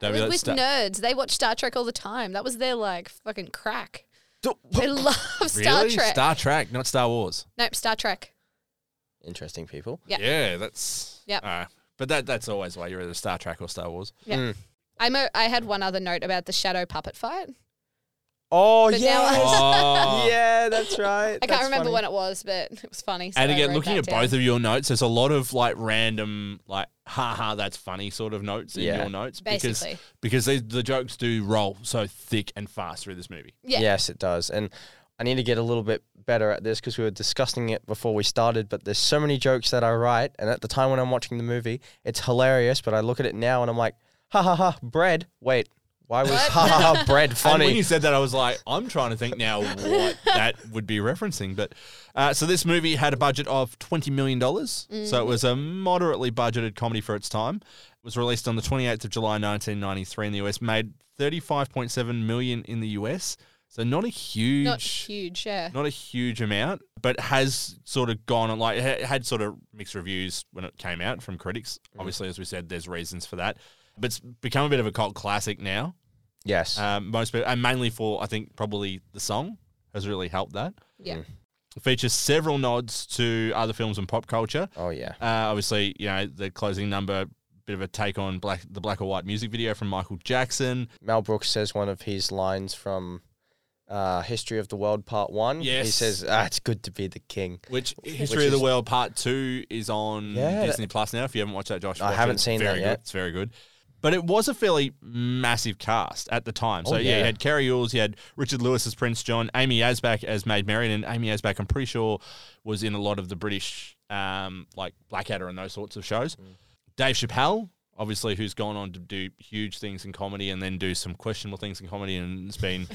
Speaker 1: That'd be
Speaker 3: with
Speaker 1: like
Speaker 3: with
Speaker 1: Star-
Speaker 3: nerds, they watch Star Trek all the time. That was their like fucking crack.
Speaker 1: (laughs)
Speaker 3: They love Star
Speaker 1: Really?
Speaker 3: Trek.
Speaker 1: Star Trek, not Star Wars.
Speaker 3: nope, Star Trek.
Speaker 2: Interesting people.
Speaker 3: Yeah.
Speaker 1: that's.
Speaker 3: Yep.
Speaker 1: alright. but that that's always why you're either Star
Speaker 3: (laughs)
Speaker 1: Trek or Star Wars.
Speaker 3: Yeah. I'm a, I had one other note about the shadow puppet fight.
Speaker 2: Oh
Speaker 3: But now
Speaker 2: yeah,
Speaker 1: Oh.
Speaker 2: yeah, that's right.
Speaker 3: (laughs) I can't remember when it was, but it was funny. so
Speaker 1: And
Speaker 3: I
Speaker 1: again,
Speaker 3: wrote
Speaker 1: looking
Speaker 3: that
Speaker 1: at
Speaker 3: down.
Speaker 1: both of your notes, there's a lot of like random, like, haha, that's funny sort of notes in
Speaker 2: Yeah.
Speaker 1: your notes
Speaker 3: Basically.
Speaker 1: because because they, the jokes do roll so thick and fast through this movie.
Speaker 3: Yeah.
Speaker 2: Yes, it does. And I need to get a little bit better at this because we were discussing it before we started. But there's so many jokes that I write, and at the time when I'm watching the movie, it's hilarious. But I look at it now and I'm like, ha ha ha, bread. Wait, why was ha ha ha bread
Speaker 1: (laughs) And when
Speaker 2: funny?
Speaker 1: you said that, I was like, I'm trying to think
Speaker 3: (laughs)
Speaker 1: now what that would be referencing. But uh, so this movie had a budget of $20 million.
Speaker 3: Mm.
Speaker 1: So it was a moderately budgeted comedy for its time. It was released on the 28th of July, 1993 in the US, made 35.7 million in the US. So not a huge.
Speaker 3: Not huge, yeah.
Speaker 1: not a huge amount, but has sort of gone on like it had sort of mixed reviews when it came out from critics. Obviously, as we said, there's reasons for that, but it's become a bit of a cult classic now.
Speaker 2: yes.
Speaker 1: Um, most people, and mainly for I think probably the song has really helped that.
Speaker 3: yeah.
Speaker 1: It features several nods to other films and pop culture.
Speaker 2: oh yeah.
Speaker 1: Uh, obviously, you know the closing number, bit of a take on black the black or white music video from Michael Jackson.
Speaker 2: Mel Brooks says one of his lines from uh, History of the World Part One. He
Speaker 1: Yes.
Speaker 2: says, ah, "It's good to be the king."
Speaker 1: Which History
Speaker 2: Which
Speaker 1: of the
Speaker 2: is-
Speaker 1: World Part Two is on
Speaker 2: Yeah, that-
Speaker 1: Disney Plus now. If you haven't watched that, Josh,
Speaker 2: I
Speaker 1: watch it.
Speaker 2: haven't
Speaker 1: It's
Speaker 2: seen that
Speaker 1: very good.
Speaker 2: yet.
Speaker 1: It's very good. But it was a fairly massive cast at the time. So
Speaker 2: Oh,
Speaker 1: yeah. you
Speaker 2: yeah.
Speaker 1: had Carrie Yules, you had Richard Lewis as Prince John, Amy Asback as Maid Marian, and Amy Asback, I'm pretty sure, was in a lot of the British, um, like Blackadder and those sorts of shows.
Speaker 2: Mm.
Speaker 1: Dave Chappelle, obviously, who's gone on to do huge things in comedy and then do some questionable things in comedy, and it's
Speaker 3: (laughs)
Speaker 1: been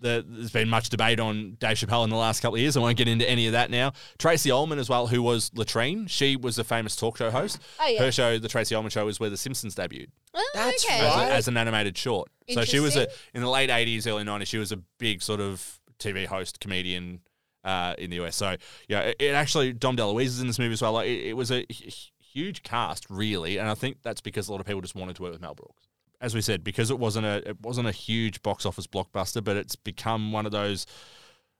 Speaker 1: the, there's been much debate on Dave Chappelle in the last couple of years. I won't get into any of that now. Tracy Ullman as well, who was Latrine. She was the famous talk show host.
Speaker 3: Oh, yeah.
Speaker 1: Her show, the Tracy Ullman show, was where The Simpsons debuted
Speaker 3: Oh,
Speaker 2: That's
Speaker 3: okay.
Speaker 1: as,
Speaker 2: right.
Speaker 1: a, as an animated short. So she was a
Speaker 3: Interesting.
Speaker 1: in the late eighties, early nineties. She was a big sort of TV host, comedian uh, in the US. So yeah, it, it actually Dom DeLuise is in this movie as well. Like it, it was a h- huge cast, really, and I think that's because a lot of people just wanted to work with Mel Brooks. As we said, because it wasn't a it wasn't a huge box office blockbuster, but it's become one of those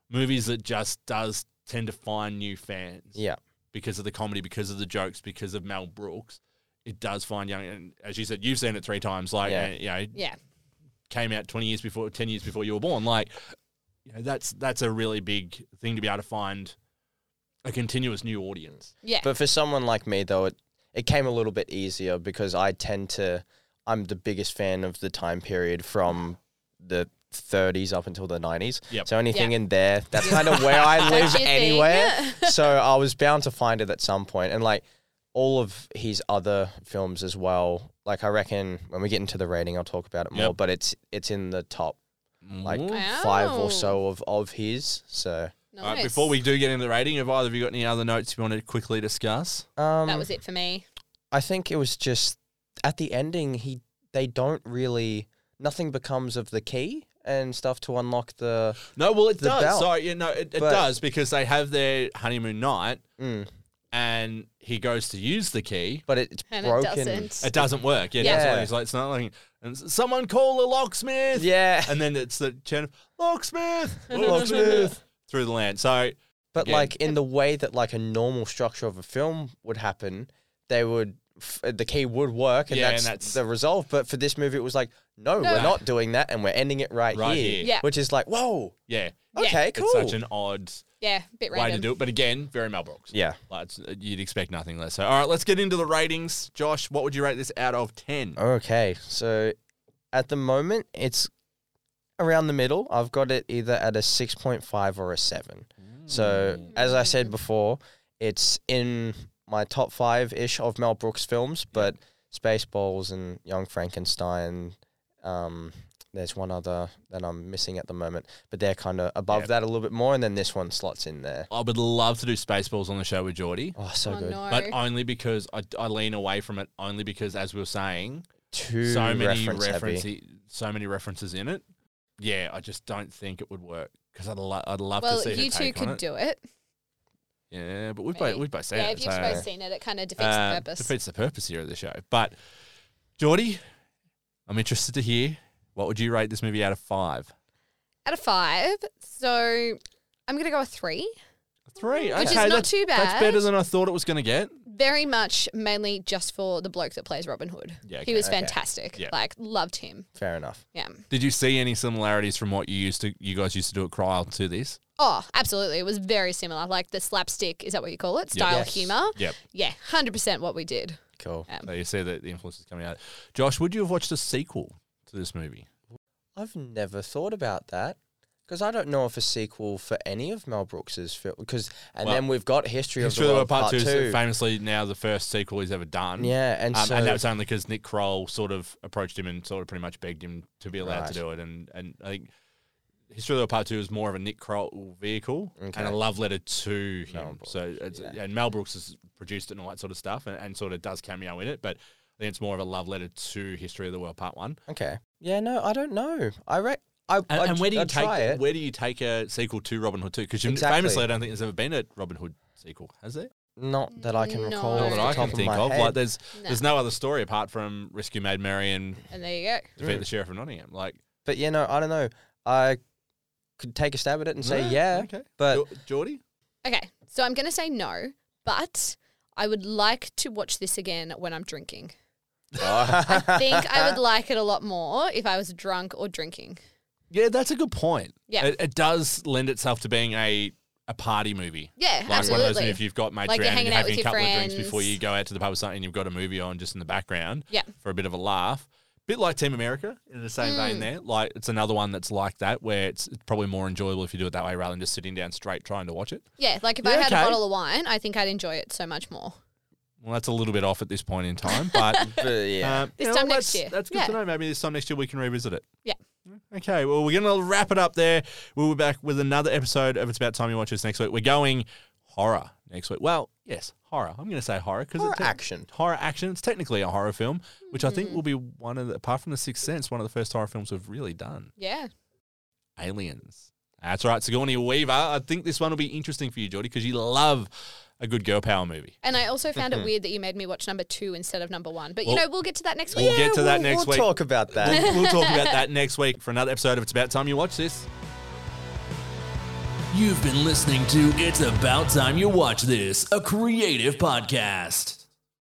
Speaker 1: movies that just does tend to find new fans
Speaker 2: Yeah.
Speaker 1: because of the comedy, because of the jokes, because of Mel Brooks. It does find young, and as you said, you've seen it three times. Like,
Speaker 2: Yeah.
Speaker 1: uh, you know,
Speaker 3: Yeah.
Speaker 1: came out twenty years before, ten years before you were born. Like, you know, that's that's a really big thing to be able to find a continuous new audience.
Speaker 3: Yeah.
Speaker 2: But for someone like me, though, it, it came a little bit easier because I tend to, I'm the biggest fan of the time period from the 30s up until the 90s.
Speaker 1: Yep.
Speaker 2: So anything
Speaker 3: Yeah.
Speaker 2: in there, that's kind of where
Speaker 3: (laughs)
Speaker 2: I live
Speaker 3: your thing.
Speaker 2: anywhere. (laughs) so I was bound to find it at some point. And like all of his other films as well, like I reckon when we get into the rating, I'll talk about it more,
Speaker 1: Yep.
Speaker 2: but it's it's in the top like
Speaker 3: Wow.
Speaker 2: five or so of, of his. So
Speaker 1: All right, before we do get into the rating, have either of you got any other notes you want to quickly discuss?
Speaker 2: um,
Speaker 3: That was it for me.
Speaker 2: I think it was just at the ending he they don't really nothing becomes of the key and stuff to unlock the
Speaker 1: No, well, it
Speaker 2: The
Speaker 1: does.
Speaker 2: belt.
Speaker 1: Sorry, you know, it, it
Speaker 2: But-
Speaker 1: does because they have their honeymoon night,
Speaker 2: Mm.
Speaker 1: and he goes to use the key,
Speaker 2: but it's
Speaker 3: And
Speaker 2: broken.
Speaker 3: it doesn't.
Speaker 1: It doesn't work. Yeah,
Speaker 3: Yeah.
Speaker 1: yeah. Doesn't work. It's like it's not like and s- someone call a locksmith.
Speaker 2: Yeah.
Speaker 1: (laughs) and then it's the chant of, locksmith,
Speaker 2: Locksmith.
Speaker 1: through the land. So
Speaker 2: But
Speaker 1: Again.
Speaker 2: like in the way that like a normal structure of a film would happen, they would f- the key would work and,
Speaker 1: Yeah, and
Speaker 2: that's,
Speaker 1: that's-
Speaker 2: the resolve. But for this movie, it was like, no,
Speaker 3: No.
Speaker 2: we're not doing that, and we're ending it right,
Speaker 1: Right
Speaker 2: here,
Speaker 1: here.
Speaker 3: Yeah.
Speaker 2: which is like, whoa,
Speaker 1: yeah,
Speaker 2: okay, cool.
Speaker 1: it's such an odd
Speaker 3: Yeah, a bit
Speaker 1: way
Speaker 3: random.
Speaker 1: to do it. But again, very Mel Brooks.
Speaker 2: yeah.
Speaker 1: Like, it's- uh, you'd expect nothing less. So all right, let's get into the ratings. Josh, what would you rate this out of ten?
Speaker 2: Oh. Okay, so at the moment it's around the middle. I've got it either at a six point five or a seven. So
Speaker 1: Mm.
Speaker 2: as I said before, it's in my top five ish of Mel Brooks films, but Spaceballs and Young Frankenstein. Um, there's one other that I'm missing at the moment, but they're kind of above
Speaker 1: Yeah.
Speaker 2: that a little bit more, and then this one slots in there.
Speaker 1: I would love to do Spaceballs on the show with Geordie.
Speaker 2: Oh, so
Speaker 3: oh,
Speaker 2: good.
Speaker 3: no.
Speaker 1: But only because I, I lean away from it, only because, as we were saying,
Speaker 2: Too
Speaker 1: so many
Speaker 2: reference heavy.
Speaker 1: references, so many references in it. Yeah, I just don't think it would work because I'd, lo- I'd love
Speaker 3: well,
Speaker 1: to see her
Speaker 3: you two
Speaker 1: take on
Speaker 3: could
Speaker 1: it.
Speaker 3: do it.
Speaker 1: Yeah, but we've
Speaker 3: Maybe.
Speaker 1: both, we've both seen
Speaker 3: Yeah,
Speaker 1: it.
Speaker 3: if you've
Speaker 1: so,
Speaker 3: both seen it, it kind of defeats
Speaker 1: uh,
Speaker 3: the purpose.
Speaker 1: Defeats the purpose here of the show. But Geordie, I'm interested to hear what would you rate this movie out of five?
Speaker 3: Out of five, so I'm gonna go a three.
Speaker 1: Three.
Speaker 3: Which is
Speaker 1: okay,
Speaker 3: not
Speaker 1: that's-
Speaker 3: too
Speaker 1: That's
Speaker 3: bad.
Speaker 1: better than I thought it was going to get.
Speaker 3: Very much mainly just for the bloke that plays Robin Hood.
Speaker 1: Yeah, okay.
Speaker 3: he was
Speaker 2: Okay.
Speaker 3: fantastic.
Speaker 1: Yeah.
Speaker 3: Like loved him.
Speaker 2: Fair enough.
Speaker 3: Yeah.
Speaker 1: Did you see any similarities from what you used to, you guys used to do at Cryle to this?
Speaker 3: Oh, absolutely. It was very similar. Like the slapstick, is that what you call it?
Speaker 1: Yeah.
Speaker 3: Style
Speaker 2: Yes.
Speaker 3: humor.
Speaker 1: Yep.
Speaker 3: Yeah, 100% what we did.
Speaker 2: Cool.
Speaker 3: Yeah.
Speaker 1: So you see that the influence is coming out. Josh, would you have watched a sequel to this movie?
Speaker 2: I've never thought about that because I don't know if a sequel for any of Mel Brooks's film. Because and
Speaker 1: Well,
Speaker 2: then we've got History,
Speaker 1: History of the World Part, Two is
Speaker 2: Two.
Speaker 1: famously now the first sequel he's ever done.
Speaker 2: Yeah, and
Speaker 1: um,
Speaker 2: so
Speaker 1: and that was only because Nick Kroll sort of approached him and sort of pretty much begged him to be allowed
Speaker 2: Right.
Speaker 1: to do it. And and I think History of the World Part Two is more of a Nick Kroll vehicle and a love letter to him. so it's, and Mel Brooks has produced it and all that sort of stuff, and, and sort of does cameo in it, but. I think it's more of a love letter to History of the World Part One.
Speaker 2: okay. Yeah, no, I don't know. I re- I
Speaker 1: And,
Speaker 2: I'd-
Speaker 1: and where do you
Speaker 2: I'd
Speaker 1: take
Speaker 2: try it?
Speaker 1: where do you take a sequel to Robin Hood Two? Because
Speaker 2: Exactly.
Speaker 1: famously, I don't think there's ever been a Robin Hood sequel, has there?
Speaker 2: Not that I can
Speaker 3: No.
Speaker 2: recall.
Speaker 1: Not
Speaker 2: off
Speaker 1: that
Speaker 2: the
Speaker 1: I
Speaker 2: top
Speaker 1: can think
Speaker 2: my
Speaker 1: of.
Speaker 2: Head.
Speaker 1: Like there's
Speaker 3: No.
Speaker 1: there's no other story apart from Rescue Maid Mary and
Speaker 3: And there you go.
Speaker 1: Defeat the Sheriff of Nottingham. Like
Speaker 2: but you know, I don't know. I could take a stab at it and say yeah, but
Speaker 1: eh, Jo- Geordie?
Speaker 3: Okay, so I'm going to say no, but I would like to watch this again when I'm drinking. I
Speaker 1: (laughs)
Speaker 3: think I would like it a lot more if I was drunk or drinking.
Speaker 1: Yeah, that's a good point.
Speaker 3: Yeah.
Speaker 1: It, it does lend itself to being a a party movie.
Speaker 3: Yeah,
Speaker 1: Like one of those
Speaker 3: absolutely.
Speaker 1: if you've got mates
Speaker 3: Like you're
Speaker 1: around and
Speaker 3: hanging
Speaker 1: you're
Speaker 3: out
Speaker 1: having
Speaker 3: with
Speaker 1: a
Speaker 3: your
Speaker 1: couple of drinks
Speaker 3: friends.
Speaker 1: before you go out to the pub or something and you've got a movie on just in the background
Speaker 3: Yeah.
Speaker 1: for a bit of a laugh. Bit like Team America in the same
Speaker 3: Mm.
Speaker 1: vein there. Like it's another one that's like that where it's it's probably more enjoyable if you do it that way rather than just sitting down straight trying to watch it.
Speaker 3: Yeah, like if I
Speaker 1: Yeah,
Speaker 3: had
Speaker 1: okay.
Speaker 3: a bottle of wine, I think I'd enjoy it so much more.
Speaker 1: Well, that's a little bit off at this point in time,
Speaker 3: (laughs)
Speaker 1: but
Speaker 2: but yeah.
Speaker 1: Um,
Speaker 3: This
Speaker 1: you know,
Speaker 3: time next
Speaker 1: that's-
Speaker 3: year.
Speaker 1: That's good to
Speaker 3: Yeah.
Speaker 1: know. Maybe this time next year we can revisit it.
Speaker 3: Yeah.
Speaker 1: Okay, well, we're going to wrap it up there. We'll be back with another episode of It's About Time You Watch This next week. We're going horror next week. Well, yes, horror. I'm going to say horror because
Speaker 2: Horror
Speaker 1: it's
Speaker 2: action.
Speaker 1: Horror action. It's technically a horror film, which I think
Speaker 3: Mm-hmm.
Speaker 1: will be one of the, apart from The Sixth Sense, one of the first horror films we've really done.
Speaker 3: Yeah.
Speaker 1: Aliens. That's right, Sigourney Weaver. I think this one will be interesting for you, Geordie, because you love a good girl power movie.
Speaker 3: And I also
Speaker 1: (laughs)
Speaker 3: found it weird that you made me watch number two instead of number one. But, you
Speaker 1: Well,
Speaker 3: know, we'll get to that next
Speaker 1: We'll
Speaker 3: week.
Speaker 1: get to that
Speaker 2: we'll,
Speaker 1: next
Speaker 2: we'll
Speaker 1: week.
Speaker 2: talk about
Speaker 1: (laughs)
Speaker 2: that.
Speaker 1: we'll, we'll talk
Speaker 3: (laughs)
Speaker 1: about that next week for another episode of It's About Time You Watch This. You've been listening to It's About Time You Watch This, a creative podcast.